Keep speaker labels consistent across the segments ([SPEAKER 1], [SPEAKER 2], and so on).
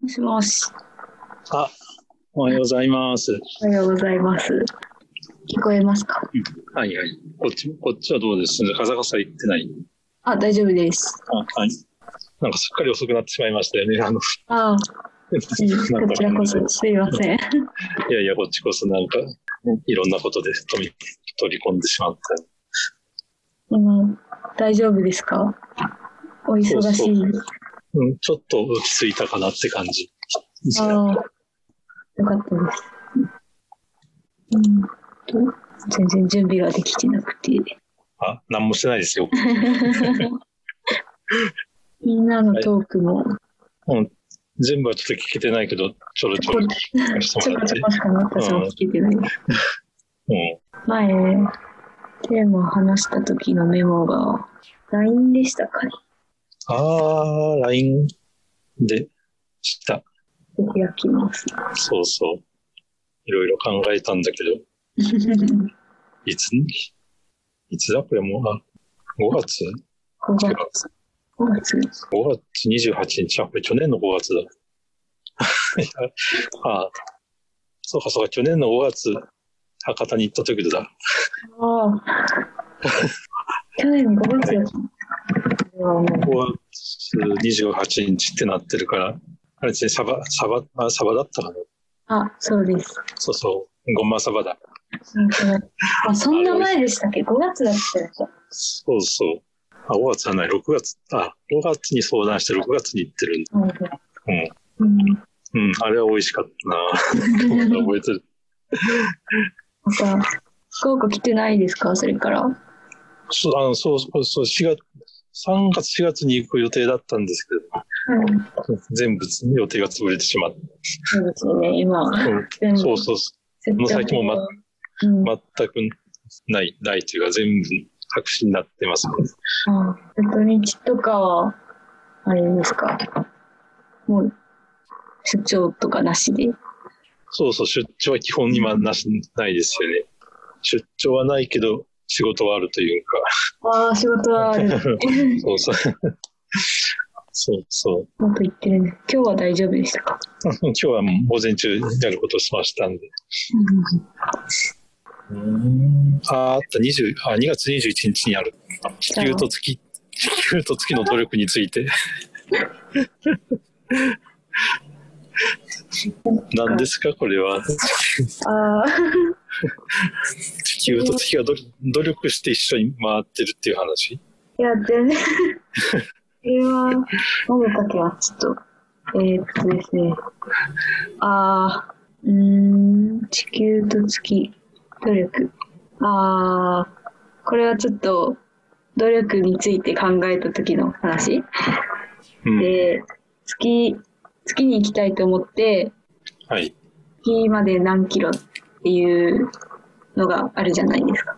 [SPEAKER 1] もしもし。
[SPEAKER 2] あ、おはようございます。
[SPEAKER 1] おはようございます。聞こえますか
[SPEAKER 2] はいはい。こっち、こっちはどうですカサカサ言ってない。
[SPEAKER 1] あ、大丈夫です。
[SPEAKER 2] あはい。なんかすっかり遅くなってしまいましたよね。あの、
[SPEAKER 1] ああ、うん
[SPEAKER 2] なん
[SPEAKER 1] こ
[SPEAKER 2] か
[SPEAKER 1] ちらこそすいません。
[SPEAKER 2] いやいや、こっちこそなんか、いろんなことで取り取り込んでしまった。
[SPEAKER 1] 今、大丈夫ですかお忙しい。
[SPEAKER 2] うん、ちょっと落ち着いたかなって感じ。
[SPEAKER 1] ああ、よかったです。うんと、全然準備ができてなくて。
[SPEAKER 2] あ、なんもしてないですよ。
[SPEAKER 1] みんなのトークも、
[SPEAKER 2] 全部はちょっと聞けてないけど、ちょろちょろ聞かせ
[SPEAKER 1] ち
[SPEAKER 2] て
[SPEAKER 1] ょ
[SPEAKER 2] もら
[SPEAKER 1] こ
[SPEAKER 2] って
[SPEAKER 1] ちょ。こしかなったしも聞いてない。
[SPEAKER 2] うん。
[SPEAKER 1] 前、テーマを話した時のメモが、LINE でしたかね
[SPEAKER 2] あー、LINE でした。
[SPEAKER 1] 開きます。
[SPEAKER 2] そうそう。いろいろ考えたんだけど、
[SPEAKER 1] 5
[SPEAKER 2] いついつだこれもう、あ、5月
[SPEAKER 1] 月、5月。
[SPEAKER 2] ?5 月28日。あ、これ去年の5月だ。 あそうかそうか、去年の5月、博多に行った時だ。
[SPEAKER 1] ああ。去年の5月だった。これはも
[SPEAKER 2] 5月28日ってなってるから、あれですね、サバ、サバ、あサバだったかな
[SPEAKER 1] うあ、そうです。
[SPEAKER 2] そうそう、ごまサバだ。
[SPEAKER 1] なんかねあ、そんな前でしたっけ ?5 月だったよね。
[SPEAKER 2] そうそう。あ、5月じゃない、6月。あ、5月に相談して6月に行ってるんだ。
[SPEAKER 1] うん。
[SPEAKER 2] うん、あれは美味しかったな覚えてる。
[SPEAKER 1] なんか、福岡来てないですかそれから。
[SPEAKER 2] そう、あの、そう、そう、そう、4月、3月、4月に行く予定だったんです
[SPEAKER 1] うん。
[SPEAKER 2] けど、全部予定が潰れてしまって、
[SPEAKER 1] そうですよね、今。
[SPEAKER 2] う
[SPEAKER 1] 全
[SPEAKER 2] ん
[SPEAKER 1] 部
[SPEAKER 2] そうそう、
[SPEAKER 1] 接着
[SPEAKER 2] もう最近も
[SPEAKER 1] うん。あ
[SPEAKER 2] 全くない、ないというか、全部白紙になってます、ね。
[SPEAKER 1] 土日とかは、あれですかもう、出張とかなしで。
[SPEAKER 2] そうそう、出張は基本今なし、ないですよね。出張はないけど、仕事はあるというか、
[SPEAKER 1] ああ、仕事はある。
[SPEAKER 2] そうそう。 そうそう。
[SPEAKER 1] もっと言ってるね。今日は大丈夫でしたか、
[SPEAKER 2] 今日はもう午前中やることをしましたんで。ああった20あ2月21日にある地球と月地球と月の努力につ いて何ですかこれは
[SPEAKER 1] ああ、
[SPEAKER 2] 地球と月がど努力して一緒に回ってるっていう話
[SPEAKER 1] いや、全然。これは、何だったっけなちょっと。えー、っとですね。ああ、うーん、地球と月、努力。ああ、これはちょっと、努力について考えた時の話
[SPEAKER 2] うん
[SPEAKER 1] で、月、月に行きたいと思って、
[SPEAKER 2] はい
[SPEAKER 1] 月まで何キロっていうのがあるじゃないですか。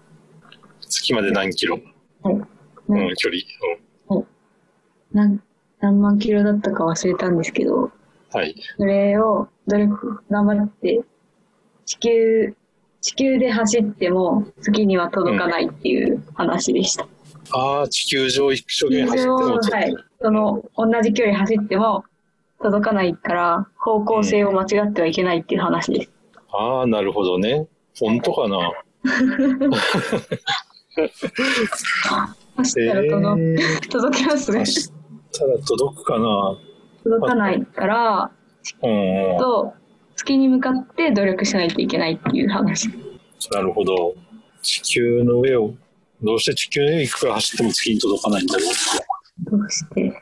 [SPEAKER 2] 月まで何キロ、
[SPEAKER 1] はい。
[SPEAKER 2] う
[SPEAKER 1] なん
[SPEAKER 2] ん、距離、
[SPEAKER 1] なん何万キロだったか忘れたんですけど、
[SPEAKER 2] うん、はい
[SPEAKER 1] それを努力、頑張って、地球、地球で走っても月には届かないっていう話でした。
[SPEAKER 2] ああ地球上一生懸命走っても
[SPEAKER 1] 地
[SPEAKER 2] ち
[SPEAKER 1] 球をは
[SPEAKER 2] ょっ
[SPEAKER 1] い、その同じ距離走っても届かないから方向性を間違ってはいけないっていう話です。
[SPEAKER 2] とああなるほどね本当かな
[SPEAKER 1] 走ったら
[SPEAKER 2] え
[SPEAKER 1] 届,、
[SPEAKER 2] ー
[SPEAKER 1] 届きますね
[SPEAKER 2] 明。日だ届くかな
[SPEAKER 1] 届かないから、
[SPEAKER 2] うんうん
[SPEAKER 1] と月に向かって努力しないといけないっていう話。
[SPEAKER 2] なるほど。地球の上を、どうして地球の上行くから走っても月に届かないんだろう
[SPEAKER 1] どうして
[SPEAKER 2] っ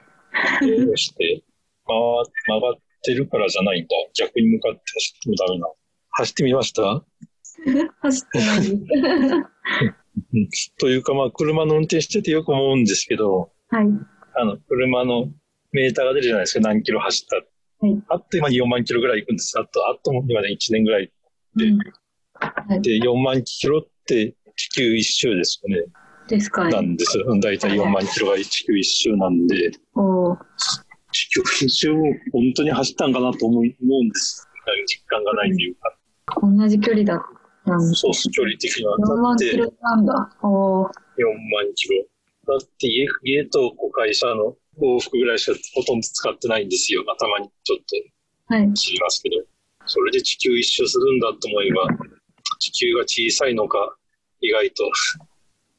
[SPEAKER 2] て。どうして、まあ、曲がってるからじゃないんだ。逆に向かって走ってもダメなの。走ってみました
[SPEAKER 1] 走ってないです。
[SPEAKER 2] うんというか、まあ、車の運転しててよく思うんですけど、
[SPEAKER 1] はい。
[SPEAKER 2] あの、車のメーターが出るじゃないですか、何キロ走った。
[SPEAKER 1] はい
[SPEAKER 2] あっと今に4万キロぐらい行くんです。あと、あっと今で1年ぐらいで
[SPEAKER 1] うん
[SPEAKER 2] で、4万キロって地球一周ですよね。
[SPEAKER 1] ですか
[SPEAKER 2] な
[SPEAKER 1] ね。
[SPEAKER 2] んです。うん大体4万キロが地球一周なんで。
[SPEAKER 1] おー
[SPEAKER 2] 地球一周を本当に走ったんかなと思い思うんです。実感がないというか、
[SPEAKER 1] 同じ距離だったんで
[SPEAKER 2] そうそう、距離的には。
[SPEAKER 1] 4
[SPEAKER 2] だ
[SPEAKER 1] 万
[SPEAKER 2] っ
[SPEAKER 1] キ
[SPEAKER 2] て4
[SPEAKER 1] ロなんだ。おー
[SPEAKER 2] 万キロ。だって家家とこう会社の往復ぐらいしかほとんど使ってないんですよ。頭にちょっ
[SPEAKER 1] はい。
[SPEAKER 2] 知りますけど、それで地球一周するんだと思えば、地球が小さいのか、意外と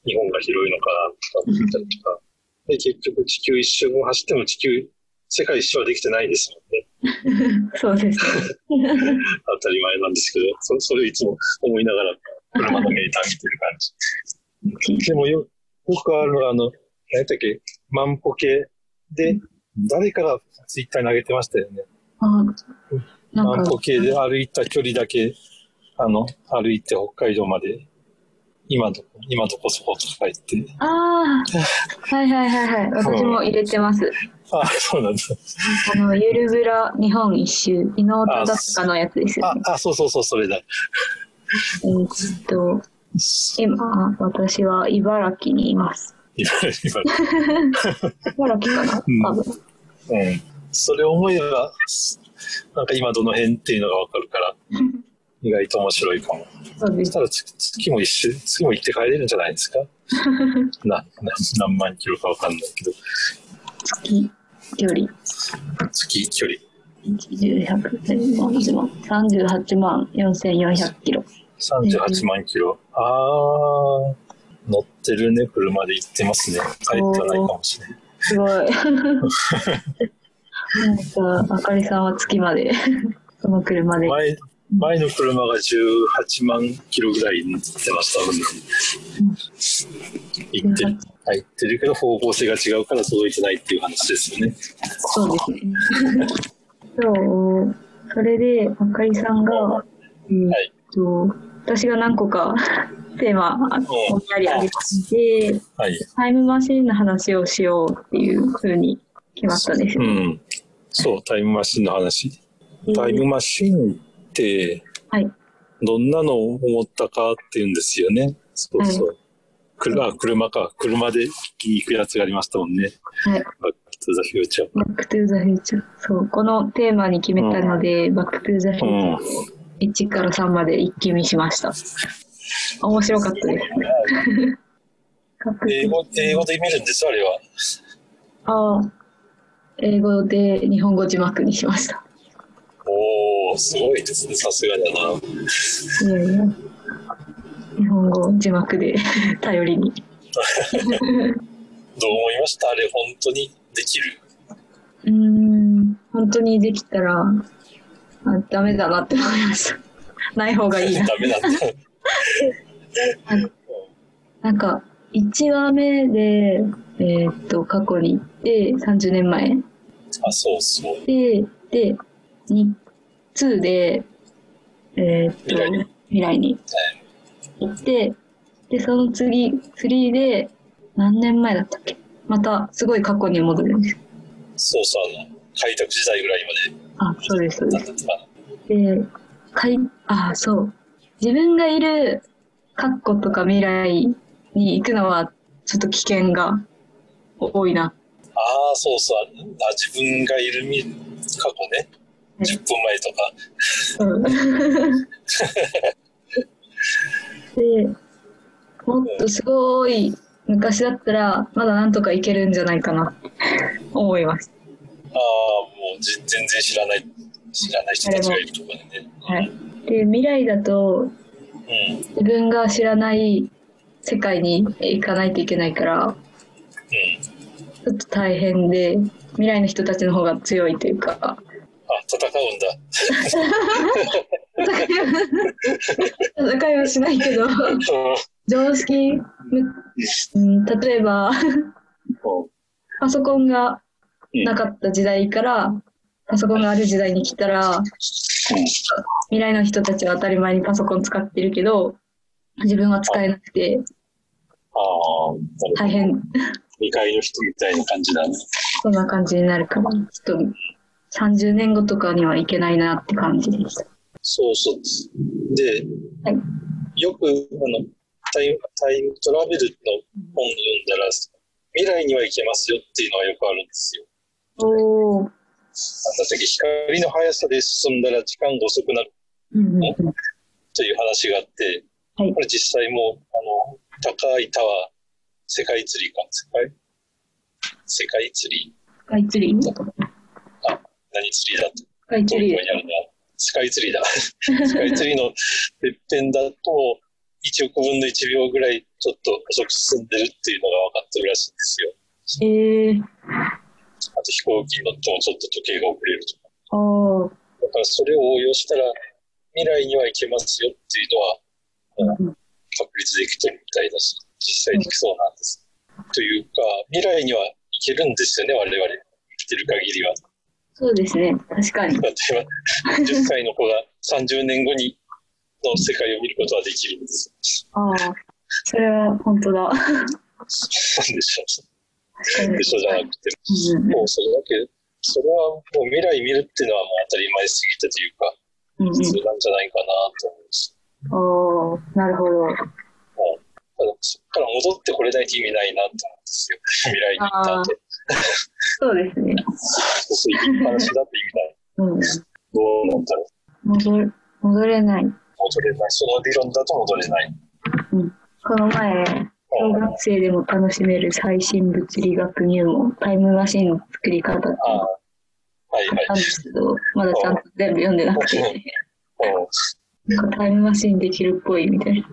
[SPEAKER 2] 日本が広いのかなとか思ったりとか、で結局地球一周も走っても地球、世界一周はできてないですもんね。
[SPEAKER 1] そうですね。
[SPEAKER 2] 当たり前なんですけど、そそれをいつも思いながら車のメーター見てる感じ。でもよ、よくあるのが、あの、何だっけ、万歩計で、誰かがツイッターに上げてましたよね。
[SPEAKER 1] あな
[SPEAKER 2] 万
[SPEAKER 1] んか
[SPEAKER 2] 歩、計で歩いた距離だけ、あの、歩いて北海道まで、今どこ、今どこそことか言って。
[SPEAKER 1] ああ、はいはいはい はい。私も入れてます。
[SPEAKER 2] ああ、そうなんだ。
[SPEAKER 1] あの、ゆるぶら日本一周、伊能忠敬のやつですよね。
[SPEAKER 2] あ、あ、そうそうそう、それだ。
[SPEAKER 1] えーっと、今、私は茨城にいます。
[SPEAKER 2] 今、今。
[SPEAKER 1] 茨城かな多分。
[SPEAKER 2] うん。それを思えば、なんか今どの辺っていうのがわかるから、意外と面白いかも。
[SPEAKER 1] そうで
[SPEAKER 2] そし
[SPEAKER 1] す
[SPEAKER 2] たら月月も一周、月も行って帰れるんじゃないですかなな何万キロかわかんないけど、
[SPEAKER 1] 月距離。
[SPEAKER 2] 月距離
[SPEAKER 1] 38万4400キロ。
[SPEAKER 2] 38万キロ。あー、乗ってるね、車で行ってますね。帰ってはないかもしれない。
[SPEAKER 1] すごい。なんか、あかりさんは月まで、 その車で。
[SPEAKER 2] 前前の車が18万キロぐらい乗ってました、うん、行ってる入ってるけど方向性が違うから届いてないっていう話ですよね
[SPEAKER 1] そうですね。そう、それで、あかりさんが、えーっと、私が何個かテーマ、ぼんやりあげてて、
[SPEAKER 2] はい
[SPEAKER 1] タイムマシーンの話をしようっていうふうに決まったんです
[SPEAKER 2] う
[SPEAKER 1] よ。
[SPEAKER 2] んそうタイムマシンの話タイムマシンって
[SPEAKER 1] はい。
[SPEAKER 2] どんなのを思ったかっていうんですよねそうそう、くるあ車か車で行くやつがありましたもんね
[SPEAKER 1] はい。
[SPEAKER 2] バック・トゥ・ザ・フューチャー
[SPEAKER 1] バックトゥーザフューチャー。そう、このテーマに決めたので、バックトゥーザフューチャーを1から3まで一気見しました。面白かったです。各
[SPEAKER 2] 英語英語で見るんですあれは
[SPEAKER 1] ああ、英語で日本語字幕にしました。
[SPEAKER 2] おおすごいですねさすがだない
[SPEAKER 1] やいや。日本語字幕で 頼りに。
[SPEAKER 2] どう思いましたあれ本当にできる
[SPEAKER 1] うーん、本当にできたら、あダメだなって思いました。 ない方がいいな。
[SPEAKER 2] ダメだった
[SPEAKER 1] なんか、1話目で、えーっと、過去に行って、30年前。
[SPEAKER 2] あそうそう
[SPEAKER 1] で、で、に2で、えーっと、
[SPEAKER 2] 未来に
[SPEAKER 1] 未来に行って、で、その次、3で、何年前だったっけまた、すごい過去に戻るんです。
[SPEAKER 2] そうそうあの開拓時代ぐらい
[SPEAKER 1] あ、そうです、そう
[SPEAKER 2] まで
[SPEAKER 1] で
[SPEAKER 2] なん
[SPEAKER 1] す。
[SPEAKER 2] だったかな
[SPEAKER 1] で、かい、あ、そう。自分がいる過去とか未来に行くのは、ちょっと危険が多いな。
[SPEAKER 2] ああそうそうあ自分がいるみ過去ね
[SPEAKER 1] はい
[SPEAKER 2] 10分前とか
[SPEAKER 1] うん、で、もっとすごい昔だったら、まだなんとかいけるんじゃないかな、思います。
[SPEAKER 2] ああもうじ全然知らない知らない人たちがいるとかね
[SPEAKER 1] はい。で、未来だと、
[SPEAKER 2] うんうん
[SPEAKER 1] 自分が知らない世界に行かないといけないから、ちょっと大変で、未来の人たちの方が強いというか、
[SPEAKER 2] あ戦うん だ
[SPEAKER 1] 戦いはしないけど、
[SPEAKER 2] う
[SPEAKER 1] 常識、うん、例えば、
[SPEAKER 2] ん
[SPEAKER 1] パソコンが
[SPEAKER 2] うん
[SPEAKER 1] なかった時代から、パソコンがある時代に来たら、
[SPEAKER 2] うん
[SPEAKER 1] 未来の人たちは当たり前にパソコン使ってるけど、自分は使えなくて
[SPEAKER 2] ああなるほど
[SPEAKER 1] 大変、
[SPEAKER 2] 未開の人みたいな感じだね
[SPEAKER 1] そんな感じになるから、ちょっと30年後とかにはいけないなって感じでした。
[SPEAKER 2] そうそう。で、
[SPEAKER 1] はい
[SPEAKER 2] よくあのタイムタイムトラベルの本読んだら、未来には行けますよっていうのがよくあるんですよ。
[SPEAKER 1] おお。
[SPEAKER 2] なんだっけ光の速さで進んだら時間が遅くなる
[SPEAKER 1] うんうんうん。
[SPEAKER 2] という話があって、
[SPEAKER 1] はい
[SPEAKER 2] これ実際もう、あの、高いタワー、世界釣りか、世界世界釣り
[SPEAKER 1] スカイツリー
[SPEAKER 2] 何釣りだと。
[SPEAKER 1] スカイツリー
[SPEAKER 2] 東京にあるのはスカイツリ ーだ。スカイツリーのてっぺんだと、1億分の1秒ぐらいちょっと遅く進んでるっていうのが分かってるらしいんですよ。
[SPEAKER 1] えー、
[SPEAKER 2] あと飛行機に乗ってもちょっと時計が遅れるとか。
[SPEAKER 1] あー
[SPEAKER 2] だからそれを応用したら未来には行けますよっていうのは
[SPEAKER 1] うん
[SPEAKER 2] 確立できてるみたいだし、実際できそうなんです。というか、未来には行けるんですよ ね、我々。生きてる限りは。
[SPEAKER 1] そうですね、確かに。
[SPEAKER 2] 例えば、10歳の子が30年後にの世界を見ることはできるんです。
[SPEAKER 1] ああ、それは本当だ。
[SPEAKER 2] なんでしょ
[SPEAKER 1] 確か
[SPEAKER 2] う。
[SPEAKER 1] に。
[SPEAKER 2] 嘘じ ゃなくて、
[SPEAKER 1] うん
[SPEAKER 2] もうそれだけ、それはもう未来見るっていうのはもう当たり前すぎたというか、
[SPEAKER 1] うんうん
[SPEAKER 2] 普通なんじゃないかなと思うんです。
[SPEAKER 1] おーなるほど。
[SPEAKER 2] ただそこから戻ってこれないと意味ないなと思うんですよ。未来に行ったって。
[SPEAKER 1] そうですね。
[SPEAKER 2] そういう話だって意味ない。
[SPEAKER 1] うん。
[SPEAKER 2] どうなんだろう。
[SPEAKER 1] 戻る戻れない。
[SPEAKER 2] 戻れない。その理論だと戻れない。
[SPEAKER 1] この前、小
[SPEAKER 2] うん
[SPEAKER 1] 学生でも楽しめる最新物理学入門、タイムマシンの作り方って
[SPEAKER 2] ああ
[SPEAKER 1] あっ。
[SPEAKER 2] はいはい
[SPEAKER 1] たんですけど、まだちゃんと全部読んでなく
[SPEAKER 2] うん
[SPEAKER 1] て、。
[SPEAKER 2] うん。うん。
[SPEAKER 1] なんかタイムマシンできるっぽいみたいな。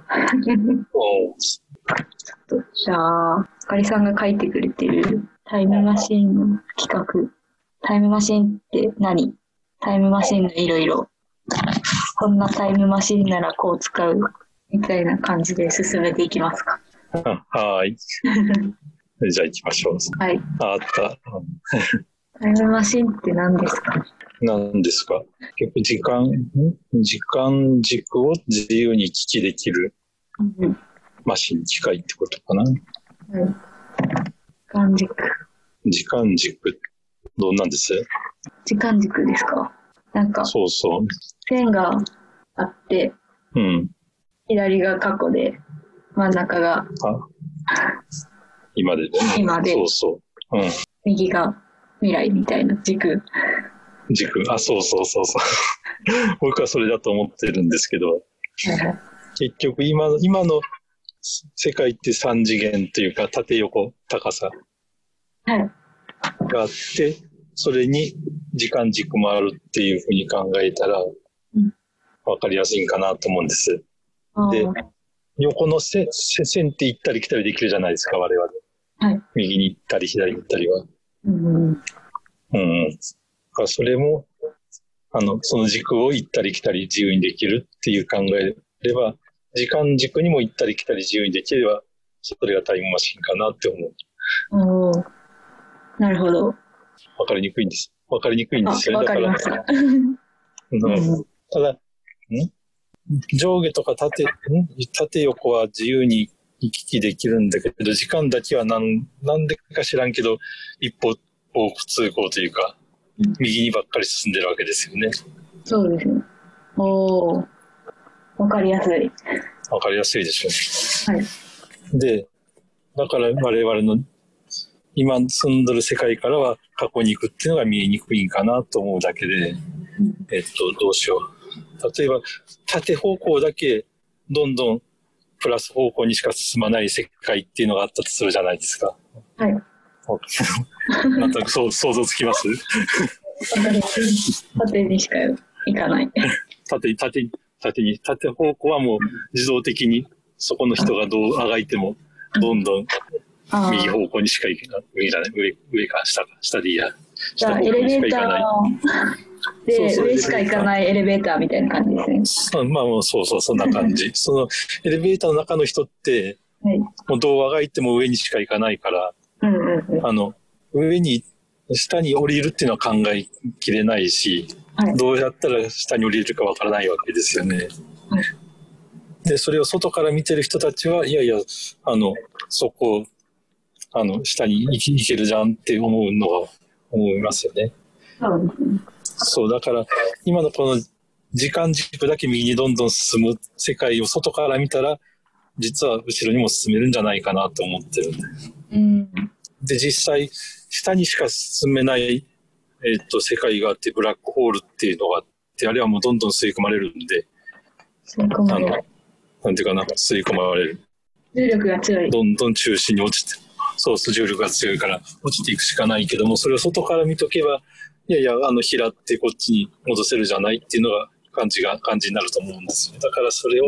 [SPEAKER 1] じゃあ、あかりさんが書いてくれてるタイムマシンの企画。タイムマシンって何タイムマシンのいろいろ。こんなタイムマシンならこう使う。みたいな感じで進めていきますか。
[SPEAKER 2] はい。じゃあ行きましょう。
[SPEAKER 1] はい。
[SPEAKER 2] あった。
[SPEAKER 1] タイムマシンって何ですか
[SPEAKER 2] 何ですか結局時間、ん時間軸を自由に聞きできる
[SPEAKER 1] うん。
[SPEAKER 2] マシン、機械ってことかな。
[SPEAKER 1] はい。間軸。
[SPEAKER 2] 時間軸、どうなんです
[SPEAKER 1] 時間軸ですかなんか、
[SPEAKER 2] そうそ
[SPEAKER 1] 線があって、
[SPEAKER 2] う。うん。
[SPEAKER 1] 左が過去で、真ん中が
[SPEAKER 2] あ今でね。
[SPEAKER 1] 今で
[SPEAKER 2] そうそう。う
[SPEAKER 1] 右が未来みたいな軸。
[SPEAKER 2] ん。軸。あ、そうそうそう そう。僕はそれだと思ってるんですけど、結局今の、今の世界って三次元というか、縦横、高さ
[SPEAKER 1] はい。
[SPEAKER 2] があって、それに時間軸もあるっていうふうに考えたら
[SPEAKER 1] ん、
[SPEAKER 2] わかりやすいんかなと思うんです。
[SPEAKER 1] あー
[SPEAKER 2] で横のせせ線って行ったり来たりできるじゃないですか、我々。
[SPEAKER 1] はい
[SPEAKER 2] 右に行ったり左に行ったりは。
[SPEAKER 1] うん、
[SPEAKER 2] うんうん。だからそれも、あの、その軸を行ったり来たり自由にできるっていう考えれば、時間軸にも行ったり来たり自由にできれば、それがタイムマシンかなって思う。
[SPEAKER 1] おーなるほど。
[SPEAKER 2] わかりにくいんです。わかりにくいんです
[SPEAKER 1] あ、
[SPEAKER 2] よ
[SPEAKER 1] わ
[SPEAKER 2] ね。だ
[SPEAKER 1] か
[SPEAKER 2] か
[SPEAKER 1] り
[SPEAKER 2] ら
[SPEAKER 1] ま、した。
[SPEAKER 2] うん、ただ、ん上下とか縦、ん縦横は自由に行き来できるんだけど、時間だけはなん、なんでか知らんけど、一方通行というか
[SPEAKER 1] うん、
[SPEAKER 2] 右にばっかり進んでるわけですよね。
[SPEAKER 1] そうですね。おお、わかりやすい。
[SPEAKER 2] わかりやすいでしょう。
[SPEAKER 1] はい。
[SPEAKER 2] で、だから我々の今住んどる世界からは過去に行くっていうのが見えにくいんかなと思うだけで、えっと、どうしよう。例えば、縦方向だけどんどんプラス方向にしか進まない世界っていうのがあったとするじゃないですか。
[SPEAKER 1] はい。わ
[SPEAKER 2] なんとなくそう想像つきます
[SPEAKER 1] かりやすい。縦にしか行かない。
[SPEAKER 2] 縦に、縦に、縦に、縦方向はもう自動的にそこの人がどうあがいても、どんどん
[SPEAKER 1] あー
[SPEAKER 2] 右方向にしか行けない。右だね。上、上か下か、下でいいや。
[SPEAKER 1] じ
[SPEAKER 2] 下
[SPEAKER 1] ゃ
[SPEAKER 2] 方
[SPEAKER 1] あ、
[SPEAKER 2] 向
[SPEAKER 1] エレ
[SPEAKER 2] にし
[SPEAKER 1] ベ
[SPEAKER 2] か
[SPEAKER 1] ータ
[SPEAKER 2] 行かない。
[SPEAKER 1] ー
[SPEAKER 2] そう
[SPEAKER 1] で、
[SPEAKER 2] そう
[SPEAKER 1] 上しか行かないエレベーターみたいな感じですね。
[SPEAKER 2] そうまあもうそうそう、そんな 感じ。その、エレベーターの中の人って、
[SPEAKER 1] はい。
[SPEAKER 2] もうどうあがいても上にしか行かないから、
[SPEAKER 1] うんうんうん。
[SPEAKER 2] あの、上に、下に降りるっていうのは考えきれないし、
[SPEAKER 1] はい
[SPEAKER 2] どうやったら下に降りるかわからないわけですよね
[SPEAKER 1] はい。
[SPEAKER 2] で、それを外から見てる人たちは、いやいや、あの、そこ、あの、下に行き行けるじゃんって思うのは思いますよね。
[SPEAKER 1] そうですね。
[SPEAKER 2] そう、だから、今のこの時間軸だけ右にどんどん進む世界を外から見たら、実は後ろにも進めるんじゃないかなと思ってるんで。
[SPEAKER 1] うん。
[SPEAKER 2] で、実際、下にしか進めない、えっと、世界があって、ブラックホールっていうのがあって、あれはもうどんどん吸い込まれるんで、
[SPEAKER 1] 吸い込
[SPEAKER 2] あ
[SPEAKER 1] ま
[SPEAKER 2] の
[SPEAKER 1] れる。、
[SPEAKER 2] なんていうかな、吸い込まれる。
[SPEAKER 1] 重力が強い。
[SPEAKER 2] どんどん中心に落ちて、そう、重力が強いから落ちていくしかないけども、それを外から見とけば、いやいや、あの、平ってこっちに戻せるじゃないっていうのが感じが、感じになると思うんですよ。だからそれを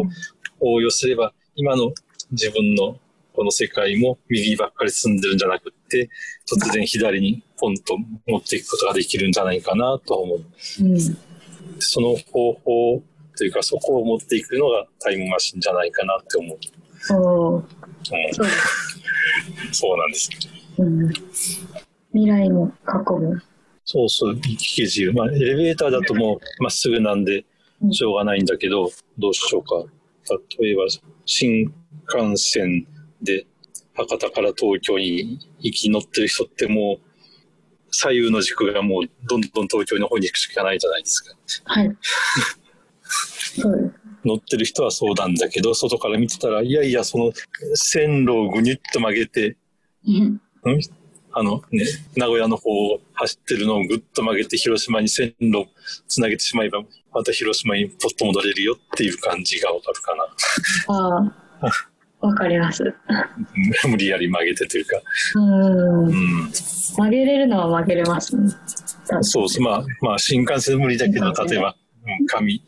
[SPEAKER 2] 応用すれば、今の自分のこの世界も右ばっかり進んでるんじゃなくって、突然左にポンと持っていくことができるんじゃないかなとは思う。
[SPEAKER 1] うん。
[SPEAKER 2] その方法というか、そこを持っていくのがタイムマシンじゃないかなって思う。
[SPEAKER 1] おー
[SPEAKER 2] うん
[SPEAKER 1] そうです。
[SPEAKER 2] そうなんです。
[SPEAKER 1] うん。未来も過去も。
[SPEAKER 2] そうそう、行き来自由。まあ、エレベーターだともうまっすぐなんで
[SPEAKER 1] うん、
[SPEAKER 2] しょうがないんだけど、どうしようか。例えば、新幹線で博多から東京に行き乗ってる人ってもう、左右の軸がもうどんどん東京の方に行くしかないじゃないですか。
[SPEAKER 1] はい。そうです。
[SPEAKER 2] 乗ってる人はそうなんだけど、外から見てたら、いやいや、その線路をぐにゅっと曲げて、
[SPEAKER 1] うん
[SPEAKER 2] あのね、名古屋の方を走ってるのをぐっと曲げて広島に線路をつなげてしまえば、また広島にポッと戻れるよっていう感じがわかるかな。
[SPEAKER 1] ああ、わかります。
[SPEAKER 2] うん無理やり曲げてというか。
[SPEAKER 1] うん
[SPEAKER 2] う。ん。
[SPEAKER 1] 曲げれるのは曲げれますね。
[SPEAKER 2] そうそう。まあ、まあ、新幹線無理だけど、例えば、うん紙、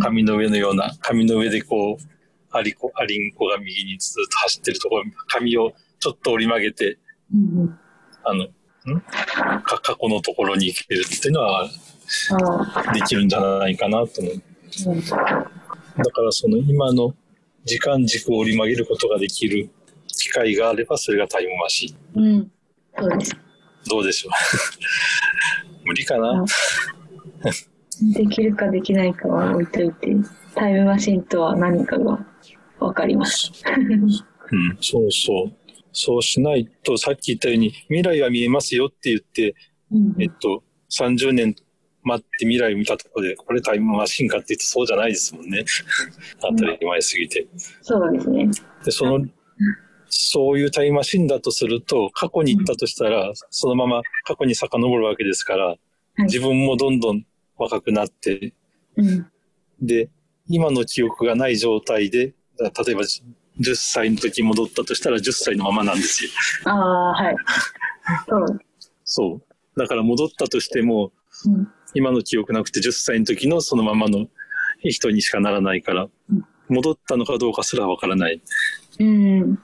[SPEAKER 2] 紙の上のような、紙の上でこう、アリコ、アリンコが右にずっと走ってるところ、紙をちょっと折り曲げて、
[SPEAKER 1] うんうん、
[SPEAKER 2] あの、んか過去のところに行けるっていうのは
[SPEAKER 1] ああ、
[SPEAKER 2] できるんじゃないかなと思う。
[SPEAKER 1] うん
[SPEAKER 2] だからその今の時間軸を折り曲げることができる機会があればそれがタイムマシン。
[SPEAKER 1] うん、そうです。
[SPEAKER 2] どうでしょう 無理かな、
[SPEAKER 1] うんできるかできないかは置いといて、タイムマシンとは何かがわかります。
[SPEAKER 2] うん、そうそう。そうしないとさっき言ったように未来は見えますよって言って、
[SPEAKER 1] うん
[SPEAKER 2] えっと、30年待って未来見たところでこれタイムマシンかって言うとそうじゃないですもんね。 当たり前すぎて。
[SPEAKER 1] そうですね。
[SPEAKER 2] で、その、そういうタイムマシンだとすると、過去に行ったとしたら、そのまま過去に遡るわけですから、
[SPEAKER 1] い
[SPEAKER 2] 自分もどんどん若くなって、
[SPEAKER 1] うん、
[SPEAKER 2] で、今の記憶がない状態で、だ例えばじ10歳の時戻ったとしたら10歳のままなんですよ。
[SPEAKER 1] ああ、 はい。そう。
[SPEAKER 2] そう。だから戻ったとしても、
[SPEAKER 1] うん、
[SPEAKER 2] 今の記憶なくて10歳の時のそのままの人にしかならないから
[SPEAKER 1] うん、
[SPEAKER 2] 戻ったのかどうかすらわからない。
[SPEAKER 1] うん、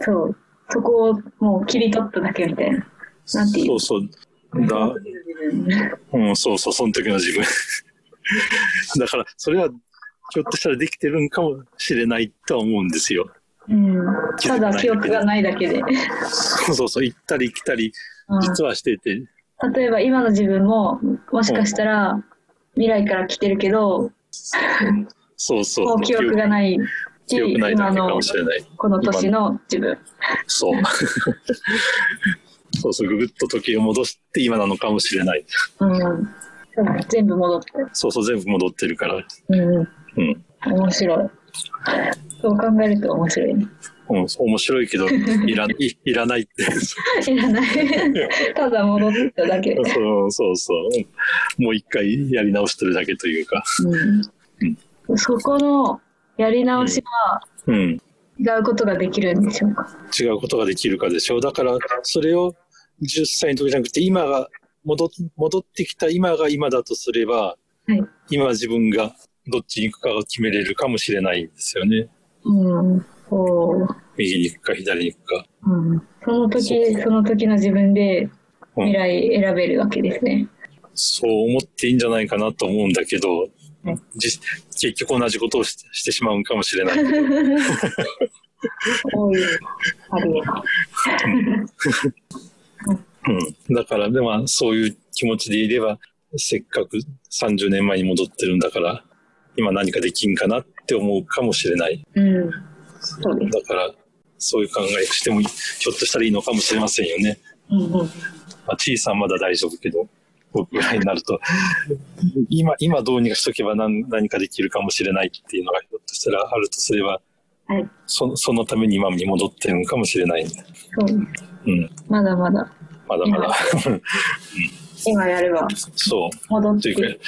[SPEAKER 1] そう。そこをもう切り取っただけみたいな。なんていう
[SPEAKER 2] そうそう。だうん、そうそう、その時の自分。 だから、それは、ひょっとしたらできてるんかもしれないとは思うんですよ。
[SPEAKER 1] うん、ただ記憶がないだけ で。
[SPEAKER 2] そうそうそう、行ったり来たり、
[SPEAKER 1] うん
[SPEAKER 2] 実はしてて、
[SPEAKER 1] 例えば今の自分も、もしかしたら未来から来てるけど、
[SPEAKER 2] そうそう。
[SPEAKER 1] もう記憶がないし、
[SPEAKER 2] 記憶ないだ
[SPEAKER 1] 今
[SPEAKER 2] けか
[SPEAKER 1] の
[SPEAKER 2] もしれない。
[SPEAKER 1] この年の自分。
[SPEAKER 2] そう。 そうそう、ぐぐっと時を戻して今なのかもしれない。
[SPEAKER 1] うん、全部戻って。
[SPEAKER 2] そうそう、全部戻ってるから。
[SPEAKER 1] うん、
[SPEAKER 2] うん。
[SPEAKER 1] 面白い。そう考えると面白いね。
[SPEAKER 2] うん、そう面白 いけど、いら、いいらないって。
[SPEAKER 1] いらない。 ただ戻っただけ。
[SPEAKER 2] そうそうそう。もう一回やり直してるだけというか。
[SPEAKER 1] うん、そこのやり直しは
[SPEAKER 2] うん。
[SPEAKER 1] 違うことができるんでしょうか。
[SPEAKER 2] 違うことができるかでしょう。だから、それを10歳の時じゃなくて、今が戻っ、戻ってきた今が今だとすれ
[SPEAKER 1] は
[SPEAKER 2] ば、
[SPEAKER 1] い
[SPEAKER 2] 今自分がどっちに行くかを決めれるかもしれないんですよね。
[SPEAKER 1] うん、こう
[SPEAKER 2] 右に行くか左に行くか。
[SPEAKER 1] うん、その時その時の自分で
[SPEAKER 2] うん
[SPEAKER 1] 未来選べるわけですね。
[SPEAKER 2] そう思っていいんじゃないかなと思うんだけど、
[SPEAKER 1] はい
[SPEAKER 2] じ結局同じことをししてしまうんかもしれない。
[SPEAKER 1] 多いありえます。
[SPEAKER 2] うん、だから、でもそういう気持ちでいれば、せっかく30年前に戻ってるんだから、今何かできんかなって思うかもしれない。
[SPEAKER 1] うん、そうです。
[SPEAKER 2] だから、そういう考えをしてもいい、ひょっとしたらいいのかもしれませんよね。
[SPEAKER 1] うんうん
[SPEAKER 2] まあ、ちいさんまだ大丈夫けど、僕ぐらいになると、 今、今どうにかしとけば何何かできるかもしれないっていうのが、ひょっとしたらあるとすれば、
[SPEAKER 1] はい、
[SPEAKER 2] そのそのために今に戻ってるのかもしれない、ね。
[SPEAKER 1] そうです。
[SPEAKER 2] うん、
[SPEAKER 1] まだまだ
[SPEAKER 2] まだまだ。
[SPEAKER 1] 今やれば
[SPEAKER 2] そ
[SPEAKER 1] 戻っ
[SPEAKER 2] う、と
[SPEAKER 1] て
[SPEAKER 2] い
[SPEAKER 1] きて
[SPEAKER 2] う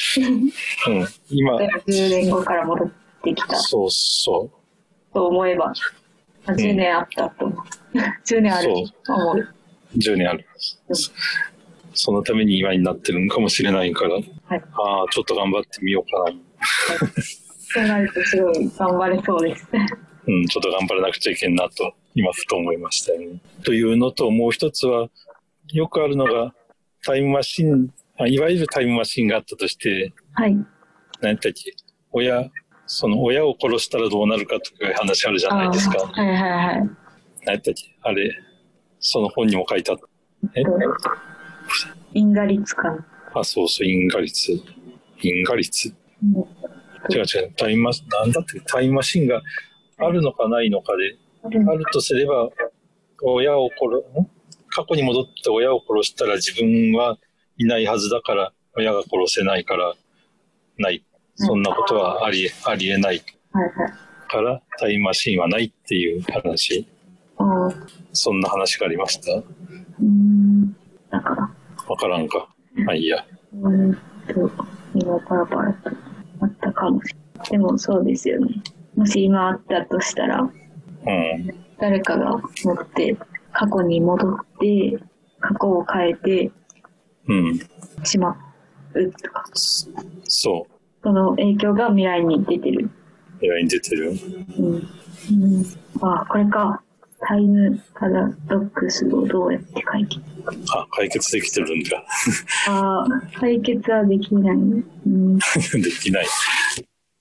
[SPEAKER 2] か、うん、今、
[SPEAKER 1] 10年後から戻ってきた
[SPEAKER 2] そうそう。
[SPEAKER 1] と思えばあ10年あったと思う10年あると思う
[SPEAKER 2] 10年ある。そのために今になってるのかもしれないから、
[SPEAKER 1] はい
[SPEAKER 2] ああ、ちょっと頑張ってみようかな。
[SPEAKER 1] そうなるとすごい頑張れそうです。
[SPEAKER 2] うん、ちょっと頑張らなくちゃいけんなと、今、ふと思いましたよね。というのと、もう一つは、よくあるのが、タイムマシン、あいわゆるタイムマシンがあったとして、
[SPEAKER 1] はい。
[SPEAKER 2] 何やったっけ、親、その親を殺したらどうなるかとかいう話あるじゃないですか。
[SPEAKER 1] はいはいはい。
[SPEAKER 2] 何やったっけ、あれ、その本にも書いてあった。え
[SPEAKER 1] 因果率感。
[SPEAKER 2] あ、そうそう、因果率。因果率。
[SPEAKER 1] うん
[SPEAKER 2] 違う違う、タイムマシン、なんだって、タイムマシンがあるのかないのかで、
[SPEAKER 1] あるん
[SPEAKER 2] あ
[SPEAKER 1] だ
[SPEAKER 2] るとすれば、親を殺、ん過去に戻って親を殺したら自分はいないはずだから、親が殺せないから、ない。そんなことはあり、ありえない
[SPEAKER 1] はいはい。
[SPEAKER 2] から、タイムマシンはないっていう話、
[SPEAKER 1] ああ、
[SPEAKER 2] そんな話がありました。
[SPEAKER 1] うん。だから、
[SPEAKER 2] わからんか。まあいいや。
[SPEAKER 1] うんと、今パラパラとあったかもしれない。でもそうですよね。もし今あったとしたら、
[SPEAKER 2] うん。
[SPEAKER 1] 誰かが持って、過去に戻って、過去を変えて
[SPEAKER 2] うん。
[SPEAKER 1] しまうとか、
[SPEAKER 2] そそ
[SPEAKER 1] その影響が未来に出てる。
[SPEAKER 2] う。AI に出てる。
[SPEAKER 1] うん。うん、あ、これか。タイムパラドックスをどうやって解決
[SPEAKER 2] あ、解決できてるんだ。
[SPEAKER 1] あー解決はできない。うん、
[SPEAKER 2] できない。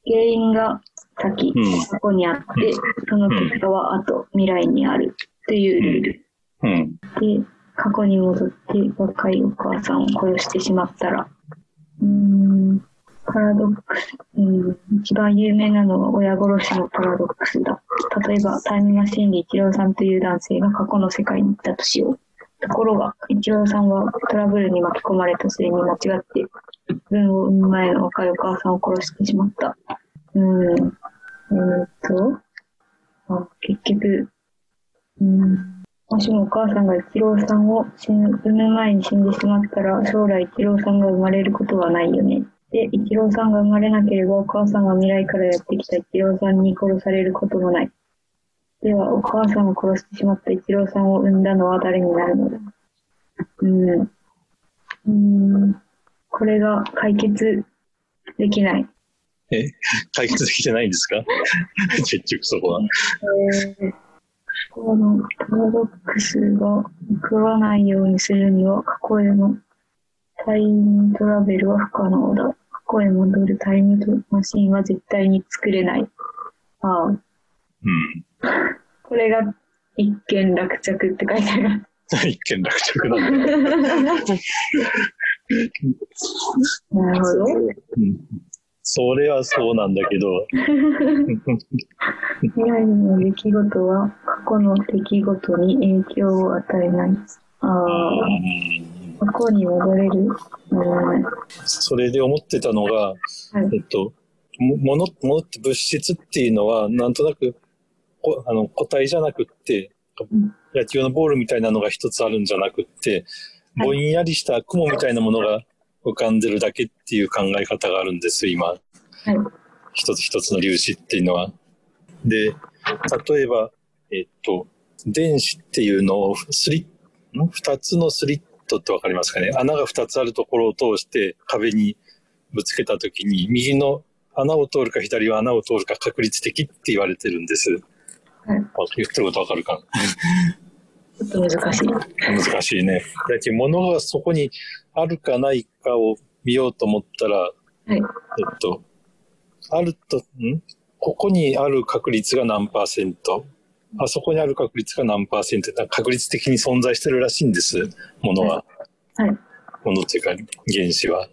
[SPEAKER 1] 原因が先、
[SPEAKER 2] うん
[SPEAKER 1] 過去にあって、その結果は後、未来にあるというルール。
[SPEAKER 2] うん。
[SPEAKER 1] で、過去に戻って若いお母さんを殺してしまったら、うーん、パラドックス、うん、一番有名なのは親殺しのパラドックスだ。例えば、タイムマシンで一郎さんという男性が過去の世界に行ったとしよう。ところが、一郎さんはトラブルに巻き込まれた末に間違って、自分を産む前の若いお母さんを殺してしまった。うーん、うーんと、あ結局、うん、もしもお母さんが一郎さんを死ぬ産む前に死んでしまったら、将来一郎さんが生まれることはないよね。で、一郎さんが生まれなければ、お母さんが未来からやってきた一郎さんに殺されることもない。では、お母さんを殺してしまった一郎さんを産んだのは誰になるのだうん。うーん。これが解決できない。
[SPEAKER 2] え、解決できてないんですか 結局そこは。
[SPEAKER 1] えーこのパラドックスが起わないようにするには、過去へのタイムトラベルは不可能だ。過去へ戻るタイムマシンは絶対に作れない。ああ、
[SPEAKER 2] うん。
[SPEAKER 1] これが一見落着って書いてあります。
[SPEAKER 2] 一見落着なんだ。
[SPEAKER 1] なるほど。
[SPEAKER 2] うんそれはそうなんだけど、
[SPEAKER 1] 未来の出来事は過去の出来事に影響を与えない。ああ、
[SPEAKER 2] うん
[SPEAKER 1] 過去に戻れる。うんは
[SPEAKER 2] それで思ってたのが、え
[SPEAKER 1] い。
[SPEAKER 2] っと、も物物って物質っていうのは、なんとなくこあの個体じゃなくって
[SPEAKER 1] うん、
[SPEAKER 2] 野球のボールみたいなのが一つあるんじゃなくって、
[SPEAKER 1] はい
[SPEAKER 2] ぼんやりした雲みたいなものが浮かんでるだけっていう考え方があるんです、今。
[SPEAKER 1] はい。
[SPEAKER 2] 一つ一つの粒子っていうのは。で、例えば、えっと、電子っていうのをスリん二つのスリットってわかりますかね穴が二つあるところを通して壁にぶつけたときに、右の穴を通るか左は穴を通るか確率的って言われてるんです。
[SPEAKER 1] はい
[SPEAKER 2] あ言ってることわかるかな
[SPEAKER 1] ちょっと難しい。
[SPEAKER 2] 難しいね。だけど物がそこにあるかないかを見ようと思ったら、
[SPEAKER 1] い
[SPEAKER 2] えっと、あると、んここにある確率が何パーセント、あそこにある確率が何パーセントって確率的に存在してるらしいんです、物は。
[SPEAKER 1] はいはい
[SPEAKER 2] 物っていうか原子は。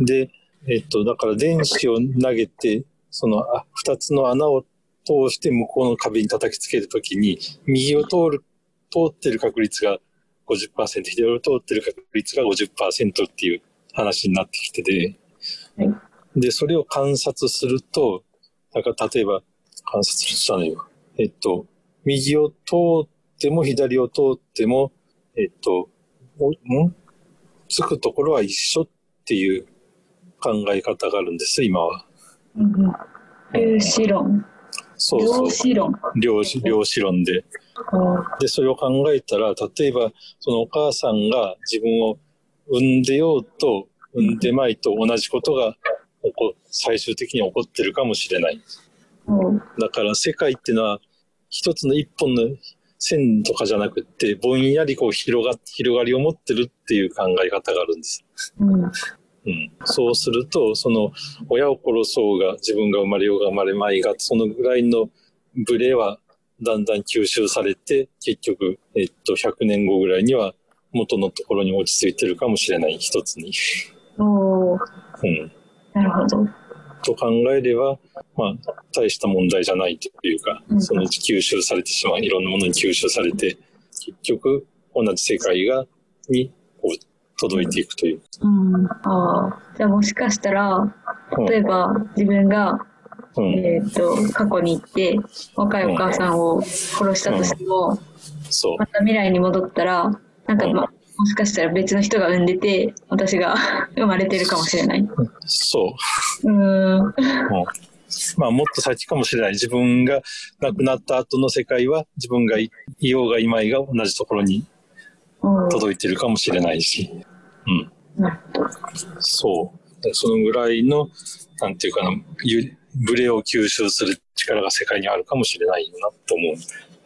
[SPEAKER 2] で、えっと、だから電子を投げて、そのあ二つの穴を通して向こうの壁に叩きつけるときに、右を通る、通ってる確率が50%、左を通ってる確率が50%っていう話になってきてて、
[SPEAKER 1] はい
[SPEAKER 2] で、それを観察すると、だから例えば、観察したのよ。えっと、右を通っても左を通っても、えっと、おんつくところは一緒っていう考え方があるんです、今は。
[SPEAKER 1] うんうん粒子論、
[SPEAKER 2] そうそう
[SPEAKER 1] 量。子論。
[SPEAKER 2] 量子、量子論で。
[SPEAKER 1] あ
[SPEAKER 2] で、それを考えたら、例えば、そのお母さんが自分を産んでようと産んでまいと同じことが起こ最終的に起こってるかもしれない。
[SPEAKER 1] うん
[SPEAKER 2] だから世界っていうのは一つの一本の線とかじゃなくってぼんやりこう広が広がりを持ってるっていう考え方があるんです。
[SPEAKER 1] うん
[SPEAKER 2] うん、そうするとその親を殺そうが自分が生まれようが生まれまいがそのぐらいのブレはだんだん吸収されて結局、えっと、100年後ぐらいには元のところに落ち着いてるかもしれない一つに。
[SPEAKER 1] おー
[SPEAKER 2] うん
[SPEAKER 1] なるほど。
[SPEAKER 2] と考えれば、まあ、大した問題じゃないというか
[SPEAKER 1] う、ん
[SPEAKER 2] そのうち吸収されてしまう、いろんなものに吸収されて、結局、同じ世界が、に、こう、届いていくという。
[SPEAKER 1] うん、あーじゃあもしかしたら例えば自分が、
[SPEAKER 2] うん、うん
[SPEAKER 1] えー、と過去に行って若いお母さんを殺したとしても
[SPEAKER 2] そう
[SPEAKER 1] ま、た未来に戻ったらなんか、
[SPEAKER 2] うん
[SPEAKER 1] ま、もしかしたら別の人が産んでて私が 生まれてるかもしれない。う
[SPEAKER 2] そう。
[SPEAKER 1] ーん
[SPEAKER 2] うんまあ、もっと先かもしれない。自分が亡くなった後の世界は、自分がいいようがいまいが同じところに
[SPEAKER 1] うん
[SPEAKER 2] 届いてるかもしれないし。うん。
[SPEAKER 1] なるほど
[SPEAKER 2] そう。そのぐらいの、なんていうかな、ゆブレを吸収する力が世界にあるかもしれないなと思う。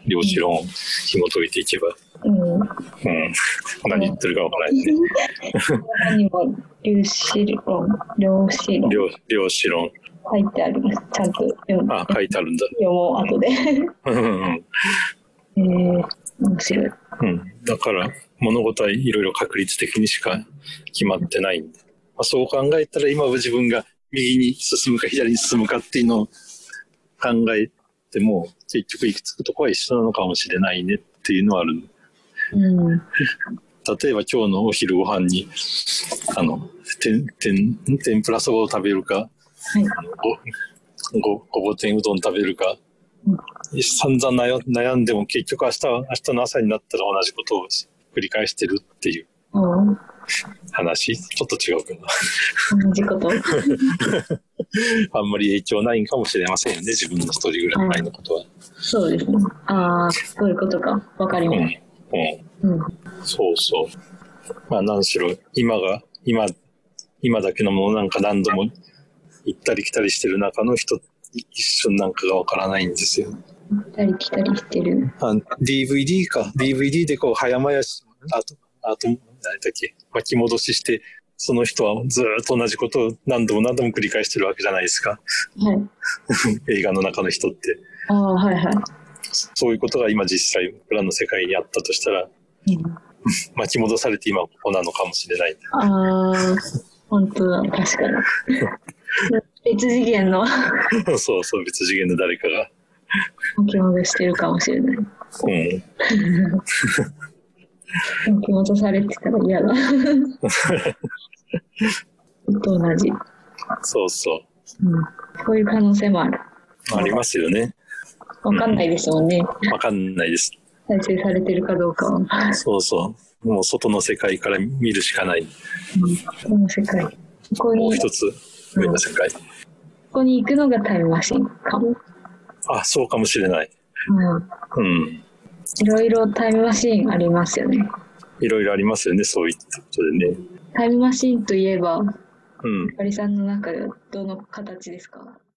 [SPEAKER 2] 量子論を紐解いていけば。
[SPEAKER 1] うん
[SPEAKER 2] うん。何言ってるかわからないね。
[SPEAKER 1] 他にも粒子論、量子論
[SPEAKER 2] 量量子論。
[SPEAKER 1] 書いてあります。ちゃんと読む
[SPEAKER 2] あ、書いてあるんだ。
[SPEAKER 1] 読もう後で。
[SPEAKER 2] うんうんうん。
[SPEAKER 1] えー、面白い。
[SPEAKER 2] うん、だから物事はいろいろ確率的にしか決まってないんで、まあ、そう考えたら今は自分が右に進むか左に進むかっていうのを考えても結局行き着くとこは一緒なのかもしれないねっていうのはある
[SPEAKER 1] うん。
[SPEAKER 2] 例えば今日のお昼ご飯にあの天天天ぷらそばを食べるか
[SPEAKER 1] はい。
[SPEAKER 2] あのごごごぼ天うどん食べるか
[SPEAKER 1] うん
[SPEAKER 2] 散々悩悩んでも結局明日は明日の朝になったら同じことをし繰り返してるっていう
[SPEAKER 1] うん
[SPEAKER 2] 話ちょっと違うけど
[SPEAKER 1] 同じこと。
[SPEAKER 2] あんまり影響ないんかもしれませんよね自分の一人ぐらいのことは、
[SPEAKER 1] そうですね。ああ、そういうことか。わかり
[SPEAKER 2] うんう
[SPEAKER 1] ます。
[SPEAKER 2] ん
[SPEAKER 1] うん。
[SPEAKER 2] そうそうまあ何しろ今が今今だけのものなんか何度も行ったり来たりしてる中の人一瞬なんかがわからないんですよ
[SPEAKER 1] 行ったり来たりしてる。
[SPEAKER 2] あ DVD か DVD でこう早々しあとあと何だっけ巻き戻ししてその人はずーっと同じことを何度も何度も繰り返してるわけじゃないですか
[SPEAKER 1] はい。
[SPEAKER 2] 映画の中の人って
[SPEAKER 1] ああ、はいは
[SPEAKER 2] そういうことが今実際僕らの世界にあったとしたら
[SPEAKER 1] い。うん、
[SPEAKER 2] 巻き戻されて今ここなのかもしれない。
[SPEAKER 1] ああ、本当だ。確かに。 別次元 の
[SPEAKER 2] そうそう別次元の誰かが。
[SPEAKER 1] 巻き戻してるかもしれない。
[SPEAKER 2] うん。
[SPEAKER 1] 巻き戻されてたら嫌 だ。と同じ、うん。
[SPEAKER 2] そうそう。
[SPEAKER 1] そういう可能性もある。
[SPEAKER 2] ありますよね。
[SPEAKER 1] わかんないですもんね。
[SPEAKER 2] わかんないです。
[SPEAKER 1] 再生されてるかどうかは。
[SPEAKER 2] そうそう。もう外の世界から見るしかない。
[SPEAKER 1] この世界。ここ
[SPEAKER 2] もう
[SPEAKER 1] に、
[SPEAKER 2] 一
[SPEAKER 1] こ
[SPEAKER 2] つ上の世界。
[SPEAKER 1] こに行くのがタイムマシンかも。
[SPEAKER 2] あ、そうかもしれない。
[SPEAKER 1] うん。
[SPEAKER 2] うん。
[SPEAKER 1] いろいろタイムマシンありますよね。
[SPEAKER 2] いろいろありますよね。そういったことでね。
[SPEAKER 1] タイムマシンといえば、
[SPEAKER 2] うん。
[SPEAKER 1] あかりさんの中ではどの形ですか